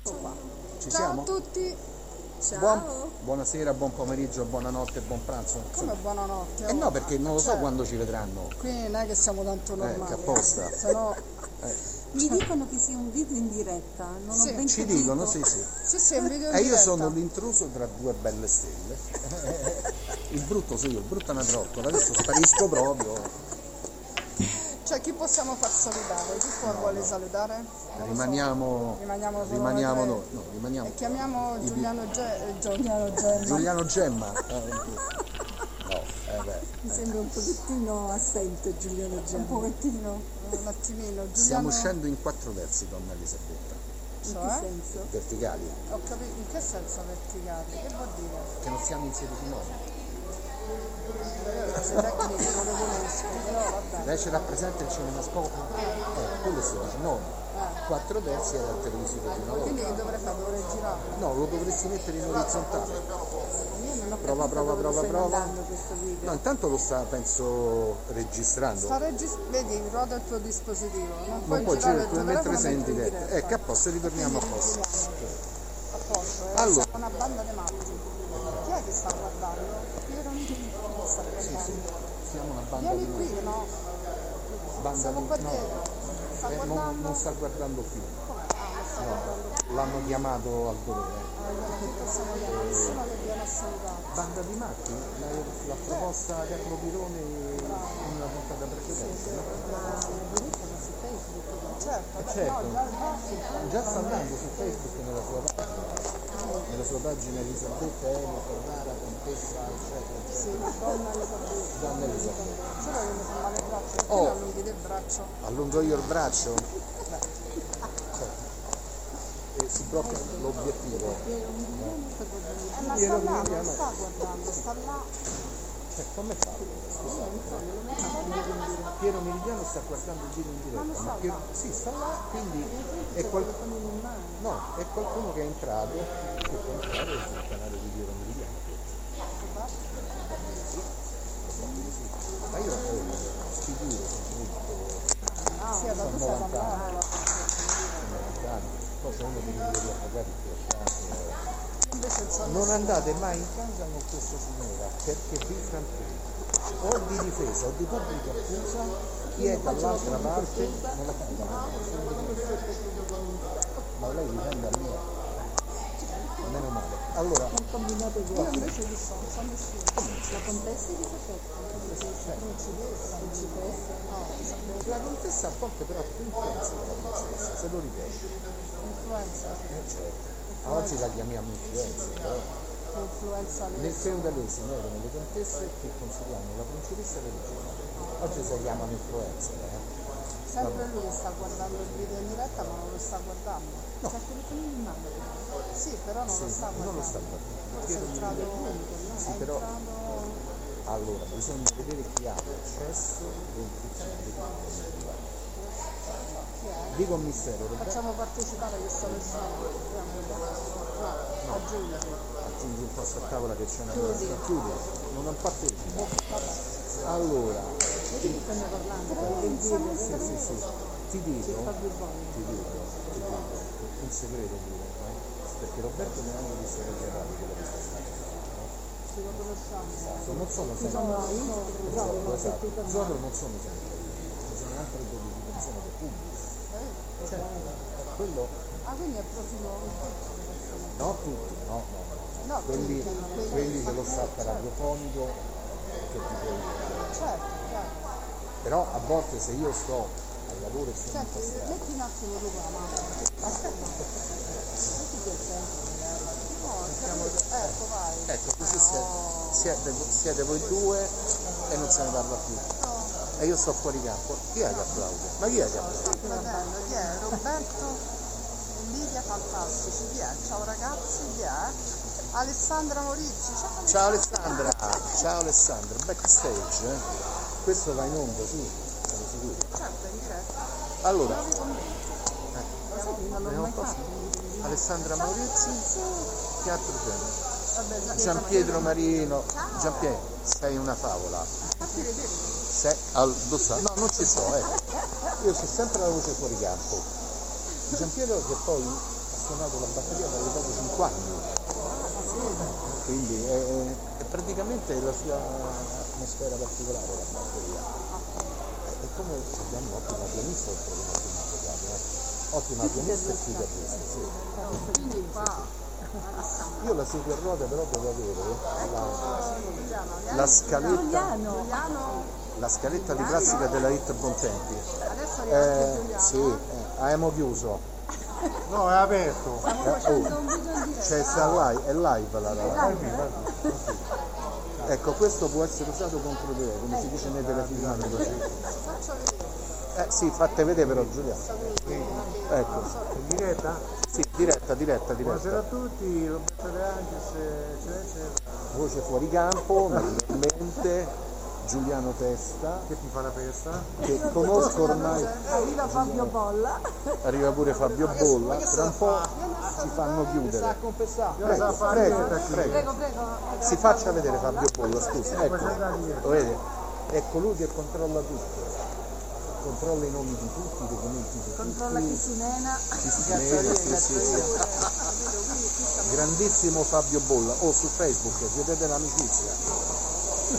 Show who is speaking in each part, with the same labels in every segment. Speaker 1: Ecco qua.
Speaker 2: Ci
Speaker 1: Ciao
Speaker 2: siamo?
Speaker 1: a tutti. Ciao.
Speaker 2: Buon- buonasera, buon pomeriggio, buonanotte, buon pranzo.
Speaker 1: Come buonanotte?
Speaker 2: E Eh no, perché non lo so
Speaker 1: Cioè,
Speaker 2: quando ci vedranno.
Speaker 1: Qui non è che siamo tanto normali. eh.
Speaker 2: che apposta.
Speaker 1: Se no,
Speaker 3: Mi dicono che sia un video in diretta, non
Speaker 1: Sì.
Speaker 3: ho ben
Speaker 2: Ci
Speaker 3: capito.
Speaker 2: dicono, sì, sì.
Speaker 1: sì, sì, è un video in
Speaker 2: E Eh, io
Speaker 1: diretta.
Speaker 2: sono l'intruso tra due belle stelle. Il brutto sono io, il brutto è una trottola, adesso sparisco proprio.
Speaker 1: Cioè, chi possiamo far salutare? Chi può vuole salutare? Non lo so.
Speaker 2: Rimaniamo,
Speaker 1: Rimaniamo solo
Speaker 2: rimaniamo
Speaker 1: noi
Speaker 2: noi,
Speaker 1: tre.
Speaker 2: no, rimaniamo.
Speaker 1: E chiamiamo Giuliano, Ge- eh, Giuliano Gemma.
Speaker 2: Giuliano Gemma. eh, No, eh beh,
Speaker 3: Mi sembra un pochettino assente Giuliano Gemma. Un pochettino,
Speaker 1: Un attimino. Giuliano...
Speaker 2: stiamo uscendo in quattro terzi, donna Elisabetta,
Speaker 3: in che
Speaker 1: Cioè?
Speaker 3: senso?
Speaker 2: verticali,
Speaker 1: Ho capito. In che senso verticali? Che vuol dire?
Speaker 2: che non siamo in sede di moda.
Speaker 1: Io le cose tecniche non le conosco, però vabbè.
Speaker 2: Lei ce rappresenta il cinemascopo? Eh, quello si dice no. Quattro terzi era il televisivo di una volta.
Speaker 1: Quindi che dovrei fare? Dovrei girare?
Speaker 2: No, lo dovresti mettere in orizzontale.
Speaker 3: Io non ho
Speaker 2: Prova,
Speaker 3: capito
Speaker 2: prova,
Speaker 3: dove
Speaker 2: prova,
Speaker 3: stai
Speaker 2: prova.
Speaker 3: mandando questo video.
Speaker 2: No, intanto lo sta, penso, registrando.
Speaker 1: Sta regis- vedi, ruota il tuo dispositivo, non
Speaker 2: Non
Speaker 1: puoi
Speaker 2: puoi
Speaker 1: girare
Speaker 2: girare
Speaker 1: il tuo
Speaker 2: mentre
Speaker 1: telefono
Speaker 2: sei in
Speaker 1: mentre
Speaker 2: diretta. Ecco, a posto, ritorniamo a posto.
Speaker 1: A posto, eh.
Speaker 2: Allora.
Speaker 1: siamo una banda di matti. Chi è che sta guardando? Piero Angelini sta guardando.
Speaker 2: Siamo una banda di
Speaker 1: Vieni qui, no?
Speaker 2: banda
Speaker 1: Siamo
Speaker 2: di
Speaker 1: qua
Speaker 2: no,
Speaker 1: dietro. Sta
Speaker 2: eh, non,
Speaker 1: guardando.
Speaker 2: non sta guardando più. No, l'hanno chiamato al dolore.
Speaker 1: Siamo dietro, nessuno che viene a salutare.
Speaker 2: Banda di matti? La, la proposta Carlo Pirone in una puntata precedente. no?
Speaker 1: Certo, beh,
Speaker 2: Certo.
Speaker 1: no, già, già sì.
Speaker 2: Già sta andando su Facebook nella sua pagina. Nella sua pagina Elisabetta Emo Ferrara, contessa, eccetera, eccetera.
Speaker 1: sì, donna Elisabetta.
Speaker 2: Donna Elisabetta.
Speaker 1: Solo che mi fa male il braccio, perché
Speaker 2: Oh.
Speaker 1: non mi chiede il braccio?
Speaker 2: Allungo io il braccio. E Eh, si blocca l'obiettivo.
Speaker 1: Eh, ma sta là, non sta guardando, sta là.
Speaker 2: Cioè, come fa? Scusate. Piero Meridiano sta guardando il giro in diretta, ma Piero, sì, sta là, quindi è, qual-
Speaker 1: Cioè,
Speaker 2: no, è qualcuno che è entrato, che può entrare sul canale di Piero Meridiano. Ma io eh, ti giuro, sono
Speaker 1: Sì, ma tu sei
Speaker 2: 90 anni,
Speaker 1: brava.
Speaker 2: 90 anni, poi c'è uno di quelli che magari ti lasciato.
Speaker 1: Invece il suo
Speaker 2: Non andate mai in casa con questa signora perché filtra tutto. O di difesa o di pubblica accusa, chi è dall'altra parte non la cambia. Ma lei difende a me. Meno male. Allora,
Speaker 3: Un combinato di
Speaker 1: Io invece di sono, sono uscita.
Speaker 3: La contessa di Sapetta. Principessa. Principessa.
Speaker 2: la contessa a volte però ha più influenza della princessa, se lo ripeto.
Speaker 1: Influenza,
Speaker 2: Eh, certo. Oggi la eh, chiamiamo influenza, però.
Speaker 1: influenza lì.
Speaker 2: Nel feudalese eh. noi erano le contesse che consigliamo la principessa religiosa. Oggi si chiamano influenza, eh?
Speaker 1: Sempre lui che sta guardando il video in diretta ma non lo sta guardando.
Speaker 3: No. C'è il telefono in mano.
Speaker 1: Sì, però non lo sta guardando.
Speaker 2: Non lo sta guardando.
Speaker 1: Forse è entrato
Speaker 2: Sì,
Speaker 1: è
Speaker 2: però-
Speaker 1: entrato
Speaker 2: Allora, bisogna vedere chi ha l'accesso e il principio.
Speaker 1: chi è?
Speaker 2: Dico un mistero, Roberto,
Speaker 1: Facciamo partecipare questa persona. No, aggiungere.
Speaker 2: aggiungi un posto a tavola che c'è una cosa. Chiudi, non ho fatto il Allora,
Speaker 3: Vedi che stanno parlando? Del video.
Speaker 2: sì, sì, sì. Ti dico,
Speaker 3: Fabio Boni.
Speaker 2: ti dico, ti dico, un segreto pure, no? Perché Roberto non è visto che era quello che sta
Speaker 3: Ce lo conosciamo.
Speaker 2: facendo. Non sono sempre.
Speaker 3: Sono io. Bravo, ho
Speaker 2: Esatto,
Speaker 3: sentito male.
Speaker 2: loro non sono sempre ci sono altre dedicazioni che pubblico.
Speaker 3: Eh,
Speaker 2: Cioè, quello
Speaker 1: Ah, quindi è profilo.
Speaker 2: no tutti, no, no, no.
Speaker 1: No,
Speaker 2: Quelli,
Speaker 1: tutti, no, quelli-
Speaker 2: quelli dello staff radiofonico che ti
Speaker 1: Certo, certo.
Speaker 2: Però a volte se io sto al lavoro e sono in
Speaker 1: Senti,
Speaker 2: passato,
Speaker 1: metti un attimo tu qua, ma aspetta. Metti che tempo. No, capito. ecco vai.
Speaker 2: ecco così siete, siete, siete voi due e non se ne parla più. E io sto fuori campo. Chi è che applaude? Ma chi è che applaude?
Speaker 1: Fratello, chi è? Roberto Emilia Fantastici, chi è? Ciao ragazzi, chi è? Alessandra Morizzi, ciao Alessandra.
Speaker 2: Ciao Alessandra, ciao Alessandra, backstage. eh. Questo va in onda, sì, sono sicuro.
Speaker 1: Certo, in diretta.
Speaker 2: Allora, eh,
Speaker 1: Nuovi commenti. Lo sai che non l'ho
Speaker 2: Abbiamo
Speaker 1: mai
Speaker 2: fatto.
Speaker 1: fatto. quindi-
Speaker 2: Alessandra Maurizzi, che altro c'è?
Speaker 1: Vabbè, già-
Speaker 2: Gian Pietro Marino,
Speaker 1: Ciao.
Speaker 2: Gian Pietro, sei una favola.
Speaker 1: Fatti vedere.
Speaker 2: Sei al dove sta? No, non ci so, eh. Io sono sempre la voce fuori campo. Gian Pietro che poi appassionato alla batteria dall'età di 5 anni, quindi è, è praticamente la sua atmosfera particolare la batteria. È come abbiamo un'ottima pianista oltre che un'ottima avvocata, eh. ottima pianista e chitarrista, sì.
Speaker 1: Quindi qua
Speaker 2: Io la seguo a ruota però devo avere
Speaker 1: Ah,
Speaker 2: la,
Speaker 1: Giuliano,
Speaker 2: la scaletta,
Speaker 3: Giuliano,
Speaker 1: Giuliano,
Speaker 2: la scaletta di classica della Hit Bontempi.
Speaker 1: adesso arriva anche
Speaker 2: Eh,
Speaker 1: Giuliano.
Speaker 2: sì, eh, abbiamo chiuso.
Speaker 4: No, è aperto.
Speaker 2: Eh, oh, c'è sta live, è live la roba. Ecco, questo può essere usato contro te, come si dice nei telefilm così.
Speaker 1: Faccio vedere,
Speaker 2: Eh sì, fate vedere però Giuliano. Ecco,
Speaker 4: In diretta?
Speaker 2: sì, diretta, diretta,
Speaker 4: Buonasera a
Speaker 2: diretta.
Speaker 4: tutti, Roberto De Angelis, eccetera, eccetera.
Speaker 2: Voce fuori campo, naturalmente, Giuliano Testa,
Speaker 4: Che ti fa la pesta?
Speaker 2: che conosco ormai,
Speaker 3: arriva Fabio Bolla.
Speaker 2: arriva pure Fabio Bolla, tra un po' ci fanno chiudere. Prego, prego, prego.
Speaker 3: Prego, prego.
Speaker 2: Si faccia vedere Fabio Bolla, scusa. Ecco,
Speaker 4: Questa è la mia.
Speaker 2: lo vede? È colui che controlla tutto. Controlla i nomi di tutti, i documenti di
Speaker 3: Controlla chi
Speaker 2: tutti.
Speaker 3: si mena.
Speaker 2: Sì, sì, sì, sì, sì. Grandissimo Fabio Bolla, o su Facebook chiedete l'amicizia,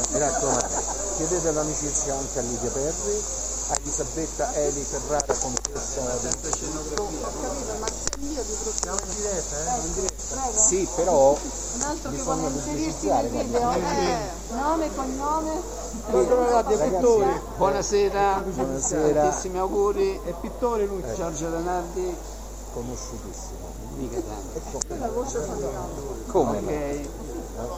Speaker 2: mi raccomando, chiedete l'amicizia anche a Lidia Perri, a Elisabetta Eli Ferrara, contessa del
Speaker 1: capito? Ma se io di brutto.
Speaker 4: Siamo in diretta, eh?
Speaker 3: Prego.
Speaker 2: Sì, però
Speaker 3: Un altro che
Speaker 2: bisogna
Speaker 3: vuole inserirsi
Speaker 2: pubblicizzare.
Speaker 3: nel
Speaker 2: guarda.
Speaker 3: video.
Speaker 1: Eh,
Speaker 3: Nome, cognome.
Speaker 2: Ragazzi,
Speaker 5: Buonasera,
Speaker 2: Buonasera.
Speaker 5: tantissimi auguri. È pittore lui, Giorgio Danardi,
Speaker 2: conosciutissimo. Ecco.
Speaker 5: mica tanto.
Speaker 2: Come? no?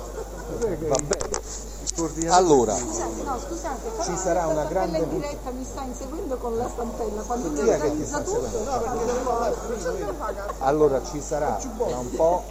Speaker 5: Ok,
Speaker 2: Va bene.
Speaker 4: Scordiamo.
Speaker 2: Allora,
Speaker 3: Scusate, no, scusate, però
Speaker 2: Ci sarà
Speaker 3: la
Speaker 2: una
Speaker 3: stampella
Speaker 2: grande
Speaker 3: in diretta mi sta inseguendo con la stampella, quando
Speaker 2: Chi
Speaker 3: mi
Speaker 2: è che ti
Speaker 3: organizza
Speaker 2: sta
Speaker 3: tutto, cioè,
Speaker 2: seguendo? Allora ci sarà tra un po'.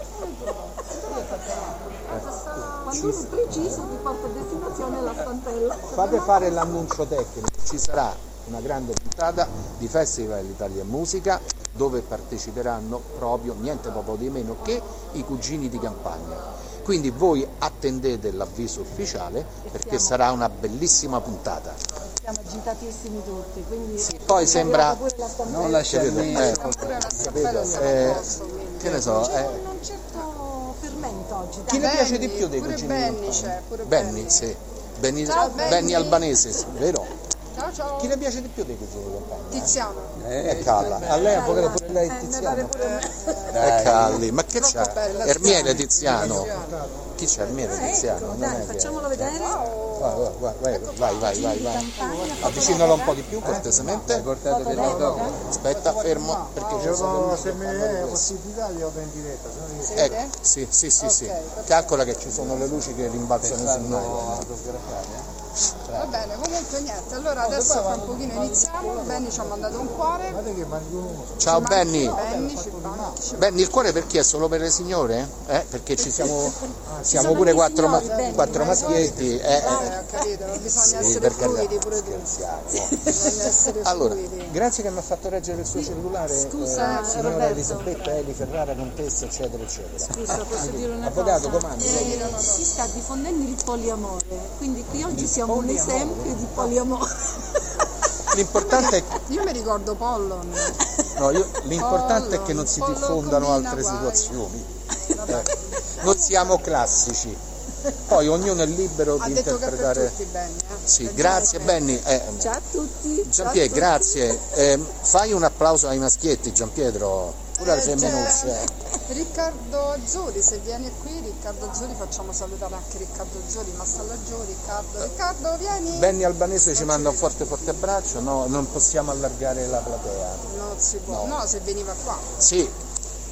Speaker 3: quando uno è preciso ti porta a destinazione la stampella.
Speaker 2: Fate fare l'annuncio tecnico, ci sarà una grande puntata di Festival Italia Musica dove parteciperanno proprio niente proprio di meno che i cugini di campagna. Quindi voi attendete l'avviso ufficiale perché sarà una bellissima puntata.
Speaker 3: Siamo agitatissimi tutti, quindi
Speaker 2: Poi sembra
Speaker 3: pure la stampella.
Speaker 5: non lasciarmi.
Speaker 2: Capito? Eh,
Speaker 1: Pure la
Speaker 2: capito?
Speaker 1: stampella si
Speaker 2: Eh,
Speaker 1: era posto, quindi.
Speaker 2: che ne so,
Speaker 3: C'è
Speaker 2: eh,
Speaker 3: un non certo fermento oggi.
Speaker 2: chi ne
Speaker 1: Cioè,
Speaker 3: dai.
Speaker 1: Benny,
Speaker 2: piace di più dei
Speaker 1: pure
Speaker 2: cugini di
Speaker 1: Benny
Speaker 2: campagna?
Speaker 1: c'è, pure
Speaker 2: Benny,
Speaker 1: Benny.
Speaker 2: sì. Benny,
Speaker 1: Ciao,
Speaker 2: Benny
Speaker 1: Benny.
Speaker 2: albanese, sì, vero?
Speaker 1: Ciao ciao.
Speaker 2: Chi ne piace di più dei cugini di campagna? Eh,
Speaker 1: Tiziano.
Speaker 2: È Calla, a lei avvocato pure
Speaker 3: Eh,
Speaker 2: lei Eh, è Tiziano. È Calli, ma che
Speaker 1: Troppo
Speaker 2: c'è?
Speaker 1: bella,
Speaker 2: Ermiele
Speaker 1: Tiziano.
Speaker 2: Tiziano. Chi c'è? Ermiele Tiziano?
Speaker 3: Ecco,
Speaker 2: Non
Speaker 3: dai,
Speaker 2: è che...
Speaker 3: facciamolo vedere.
Speaker 2: Guarda, guarda, Vai, vai, vai, vai, vai.
Speaker 3: Campagna,
Speaker 2: Avvicinalo un po' di più cortesemente.
Speaker 3: fotodemo.
Speaker 2: Aspetta, fermo, perché c'è
Speaker 4: Io se me ne è possibilità li ho in diretta, se no io-
Speaker 2: Ecco, sì, sì, sì, sì. Calcola che ci sono le luci che rimbalzano sul noi.
Speaker 1: Va bene, comunque niente. Allora adesso fra un pochino iniziamo. Benny ci ha mandato un cuore.
Speaker 4: Guardate che manco uno.
Speaker 2: Ciao
Speaker 1: Manca
Speaker 2: Benny.
Speaker 1: Benny ci manca.
Speaker 2: Benny, il cuore per chi è? Solo per le signore? Eh? Perché ci siamo, siamo pure quattro, ma- quattro maschietti. eh, eh.
Speaker 1: Eh, ho capito, bisogna
Speaker 2: Sì,
Speaker 1: essere
Speaker 2: per carità.
Speaker 1: fluidi pure tu. Bisogna essere
Speaker 2: Allora,
Speaker 1: fluidi.
Speaker 2: grazie che mi ha fatto reggere il suo cellulare,
Speaker 3: Scusa,
Speaker 2: eh, signora
Speaker 3: Roberto.
Speaker 2: Elisabetta Eli Ferrara, contessa, eccetera, eccetera.
Speaker 3: Scusa, posso dire una
Speaker 2: Avvocato,
Speaker 3: cosa?
Speaker 2: comandi.
Speaker 3: Eh, si sta diffondendo il poliamore, quindi qui oggi siamo un esempio di poliamore.
Speaker 2: L'importante è che,
Speaker 1: Io mi ricordo Pollon.
Speaker 2: no, io- l'importante è
Speaker 1: Pollo,
Speaker 2: che non si
Speaker 1: pollo
Speaker 2: diffondano
Speaker 1: combina
Speaker 2: altre
Speaker 1: guai.
Speaker 2: situazioni. Eh, non siamo classici. Poi ognuno è libero
Speaker 1: Ha
Speaker 2: di
Speaker 1: detto che è per
Speaker 2: interpretare.
Speaker 1: tutti Esatto. Benny. Eh?
Speaker 2: Sì,
Speaker 1: Per
Speaker 2: grazie
Speaker 1: Gianni.
Speaker 2: Benny. Eh,
Speaker 3: Ciao a tutti.
Speaker 2: Giampier, grazie. Eh, fai un applauso ai maschietti, Giampietro. Pure alle
Speaker 1: Eh,
Speaker 2: femminucce.
Speaker 1: Riccardo Azzoli, se vieni qui, Riccardo Azzoli, facciamo salutare anche Riccardo Azzoli, ma sta laggiù
Speaker 2: Eh,
Speaker 1: Riccardo. Riccardo, vieni!
Speaker 2: Benny Albanese ci manda un forte forte abbraccio, no, non possiamo allargare la platea.
Speaker 1: Non si può. No, se veniva qua.
Speaker 2: Sì,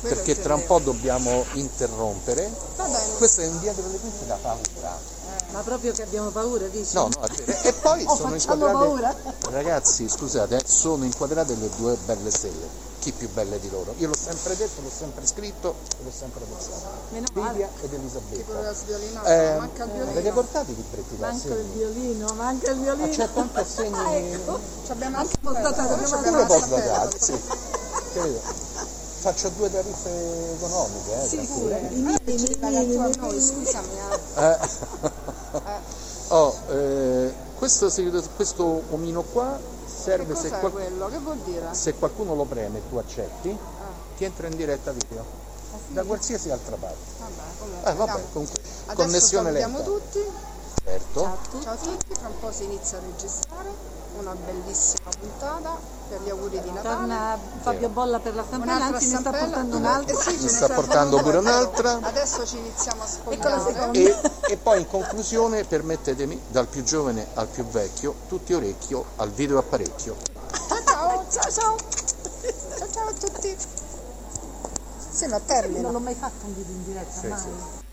Speaker 2: perché tra un po' dobbiamo interrompere.
Speaker 1: Va bene.
Speaker 2: Questo è un dietro le quinte da paura.
Speaker 3: Ma proprio che abbiamo paura, dici?
Speaker 2: No, no, è vero. E poi
Speaker 3: Oh,
Speaker 2: sono
Speaker 3: facciamo
Speaker 2: inquadrate.
Speaker 3: paura?
Speaker 2: Ragazzi, scusate, eh, sono inquadrate le due belle stelle. Chi più belle di loro? Io l'ho sempre detto, l'ho sempre scritto e l'ho sempre pensato.
Speaker 3: Meno male.
Speaker 2: Lidia ed
Speaker 1: Tipo
Speaker 2: Elisabetta.
Speaker 1: la sviolinata,
Speaker 2: Eh,
Speaker 1: manca il
Speaker 2: avete
Speaker 1: violino.
Speaker 2: portato i libretti da
Speaker 3: Manca il
Speaker 2: assegni?
Speaker 3: violino, manca il
Speaker 2: Ah,
Speaker 3: violino. ecco.
Speaker 2: c'è tanti assegni.
Speaker 1: Ci abbiamo anche
Speaker 3: portato
Speaker 1: portato
Speaker 3: la
Speaker 2: Pure posso dare, sì. Credo. Faccio due tariffe economiche, eh.
Speaker 3: Sì,
Speaker 2: tanto-
Speaker 3: pure. I minimi, i minimi.
Speaker 1: noi, scusami. eh.
Speaker 2: Eh. Oh, eh, questo, si- questo omino qua
Speaker 1: Che
Speaker 2: serve se,
Speaker 1: cos'è
Speaker 2: qual-
Speaker 1: quello? Che vuol dire? Ah.
Speaker 2: se qualcuno lo preme e tu accetti, ti entra in diretta video da qualsiasi altra parte.
Speaker 1: Vabbè,
Speaker 2: Eh, vabbè,
Speaker 1: Ah, andiamo.
Speaker 2: comunque,
Speaker 1: Adesso
Speaker 2: connessione
Speaker 1: salutiamo
Speaker 2: lenta.
Speaker 1: tutti.
Speaker 2: Certo.
Speaker 1: Ciao a tutti, tra un po' si inizia a registrare una bellissima puntata per gli auguri di Natale.
Speaker 3: Torna Fabio Bolla per la stampella,
Speaker 1: Un'altra
Speaker 3: anzi ne sta
Speaker 1: stampella.
Speaker 3: portando
Speaker 1: Eh
Speaker 3: un'altra.
Speaker 1: sì, ce
Speaker 2: Ne
Speaker 1: ne
Speaker 2: sta portando pure un'altra.
Speaker 1: Adesso ci iniziamo a
Speaker 3: Eccola,
Speaker 1: spogliare.
Speaker 2: E, e poi in conclusione permettetemi, dal più giovane al più vecchio, tutti orecchio al video apparecchio.
Speaker 1: Ciao, ciao, ciao. Ciao, ciao a tutti. Sì, ma termina.
Speaker 3: Non l'ho mai fatto un video in diretta, mai.